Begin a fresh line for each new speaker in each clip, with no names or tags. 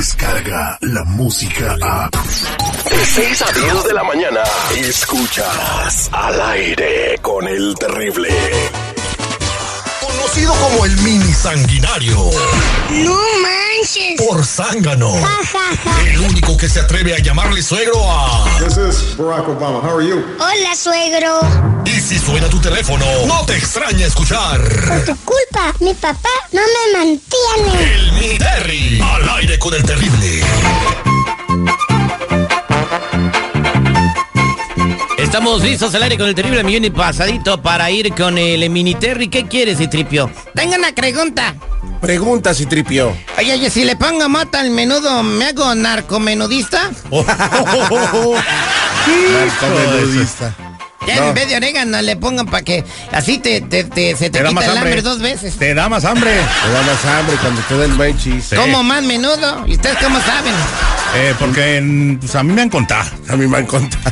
Escucha la música a.
De 6 a 10 de la mañana. Escuchas al aire con el terrible.
Conocido como el mini sanguinario.
No manches.
Por zángano.
Ja, ja, ja.
El único que se atreve a llamarle suegro a.
This is Barack Obama. How are you?
Hola, suegro.
Y si suena tu teléfono, no te extraña escuchar.
Por tu culpa, mi papá no me mantiene.
El mini Terry. Al aire con el terrible.
Estamos listos al aire con el terrible millón y pasadito para ir con el mini Terry. ¿Qué quieres, Citripio?
Tengo una pregunta.
Pregunta si tripió.
Oye, oye, si le pongo mata al menudo, ¿me hago narcomenudista? Ya
No.
en vez de orégano le pongan para que así te, te- te- se te,
Te da
quita
más
el
hambre.
hambre dos veces.
Te da más hambre.
Te da más hambre cuando te den buen chis.
Como más menudo. ¿Y ustedes cómo saben?
Eh, porque mm, pues a mí me han contado.
A mí me han contado.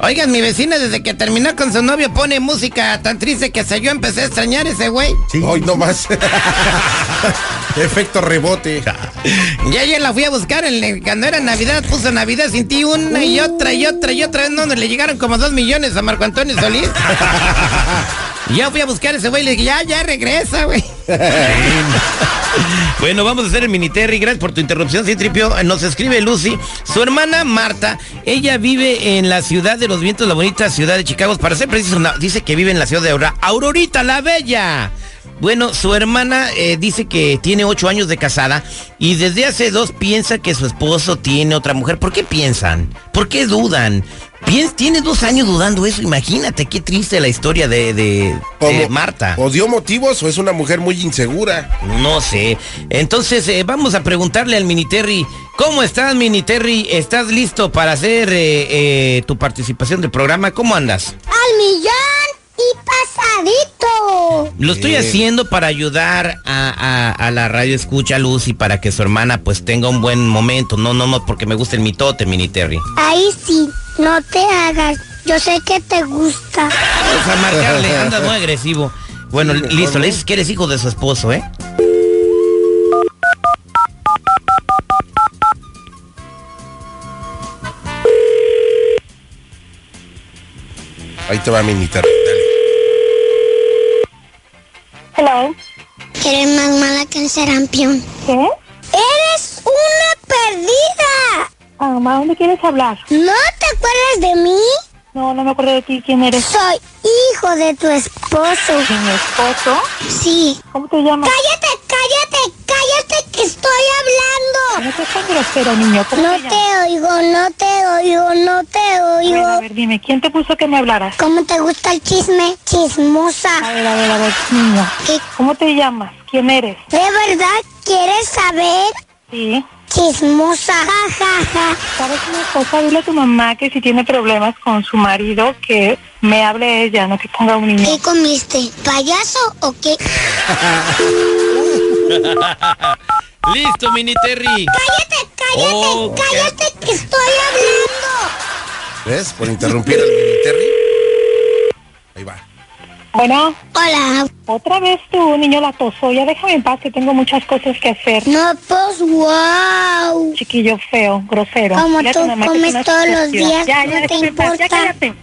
Oigan, mi vecina desde que terminó con su novio pone música tan triste que se yo empecé a extrañar ese güey.
Hoy no más. Efecto rebote.
Y ayer la fui a buscar en el- cuando era Navidad, puso Navidad sin ti una y otra y otra y otra vez. No, no, le llegaron como dos millones a Marco Antonio Solís. Y Yo fui a buscar a ese güey y le dije, ya, ya, regresa, güey.
Bueno, vamos a hacer el mini Terry. Gracias por tu interrupción, Citripio. Nos escribe Lucy. Su hermana Marta, ella vive en la ciudad de los vientos, la bonita ciudad de Chicago. Para ser preciso, no, dice que vive en la ciudad de Aurora. Aurorita la Bella. Bueno, su hermana eh, dice que tiene ocho años de casada y desde hace dos piensa que su esposo tiene otra mujer. ¿Por qué piensan? ¿Por qué dudan? Piens- tiene dos años dudando eso. Imagínate qué triste la historia de, de- de
Como-
Marta.
¿O dio motivos o es una mujer muy insegura?
No sé. Entonces eh, vamos a preguntarle al Mini Terry, ¿cómo estás Mini Terry? ¿Estás listo para hacer eh, eh, tu participación del programa? ¿Cómo andas?
Al millón y pasadito.
Lo estoy haciendo para ayudar a, a- a la radio escucha Lucy para que su hermana pues tenga un buen momento. No, no, no, porque me gusta el mitote, Mini Terry.
Ahí sí, no te hagas. Yo sé que te gusta.
Vamos a marcarle, anda muy agresivo. Bueno, listo, le dices que eres hijo de su esposo, ¿eh?
Ahí te va a militar. Dale.
Hello.
Eres más mala que el serampión.
¿Qué?
¡Eres una perdida!
Ah, ¿A dónde quieres hablar?
¿No te acuerdas de mí?
No, no me acuerdo de ti. ¿Quién eres?
Soy hijo de tu esposo.
¿De mi esposo?
Sí.
¿Cómo te llamas?
Cállate, cállate, cállate que estoy hablando.
No seas tan grosero, niño. ¿Cómo
No
te llamas?
te oigo, no te oigo, no te
Bueno, a
oigo.
ver, dime, ¿quién te puso que me hablaras?
¿Cómo te gusta el chisme?
A
Chismosa.
ver, a ver, a ver, niño.
¿Qué?
¿Cómo te llamas? ¿Quién eres?
¿De verdad quieres saber?
Sí.
Chismosa. Ja, ja, ja.
¿Sabes una cosa? Dile a tu mamá que si tiene problemas con su marido, que me hable ella, no que ponga un niño.
¿Qué comiste? ¿Payaso o qué?
Listo, Mini Terry.
Cállate, cállate,
Oh, ¿qué?
cállate que estoy hablando.
¿Ves? Por interrumpir al militerri. Ahí va.
Bueno,
Hola.
otra vez tú, niño latoso. Ya déjame en paz, que tengo muchas cosas que hacer.
No, pues, wow.
Chiquillo feo, grosero.
Como
Dile a tu
tú
mamá que es
comes
una
todos los
estúpida.
días,
Ya,
no
ya,
te
déjame en paz, ya
importa.
cállate.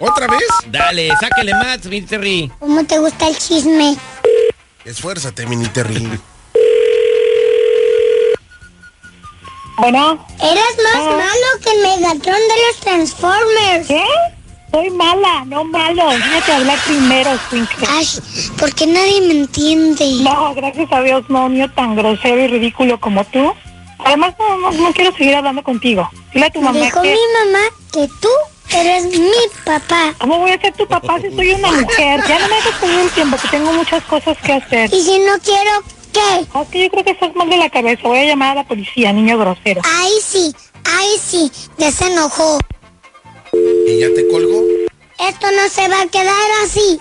¿Otra vez?
Dale, sáquele más, Mini Terry.
¿Cómo te gusta el chisme?
Esfuérzate, militerri.
Bueno,
Eres más
Ah.
malo que Megatron de los Transformers.
¿qué? Soy mala, no malo. Déjate hablar primero, Squinkle.
Ay, ¿por qué nadie me entiende?
No, gracias a Dios, no, niño tan grosero y ridículo como tú. Además, no, no, no quiero seguir hablando contigo. Dile a tu mamá
Dijo
que...
mi mamá que tú eres mi papá.
¿Cómo voy a ser tu papá si soy una mujer? Ya no me hagas perder el tiempo, que tengo muchas cosas que hacer.
Y si no quiero, ¿qué?
Ah, Es que yo creo que estás mal de la cabeza. Voy a llamar a la policía, niño grosero.
Ahí sí, ahí sí, ya se enojó.
¿Y ya te colgo?
Esto no se va a quedar así.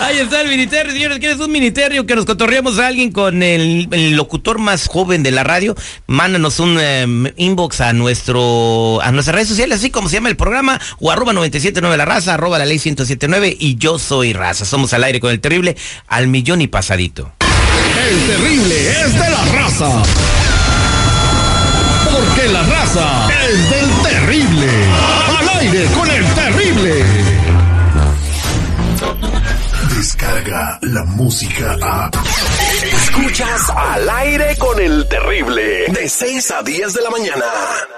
Ahí está el miniterrio, señores. ¿Quieres un miniterrio que nos cotorreamos a alguien con el, el locutor más joven de la radio? Mándanos un em, inbox a nuestro a nuestras redes sociales, así como se llama el programa, o arroba 979 la raza, arroba la ley 1079 y yo soy raza. Somos al aire con el terrible al millón y pasadito.
El terrible es de la raza. Porque la raza es del terrible. Al aire con el terrible.
Descarga la música a.
Escuchas al aire con el terrible.
De 6 a 10 de la mañana.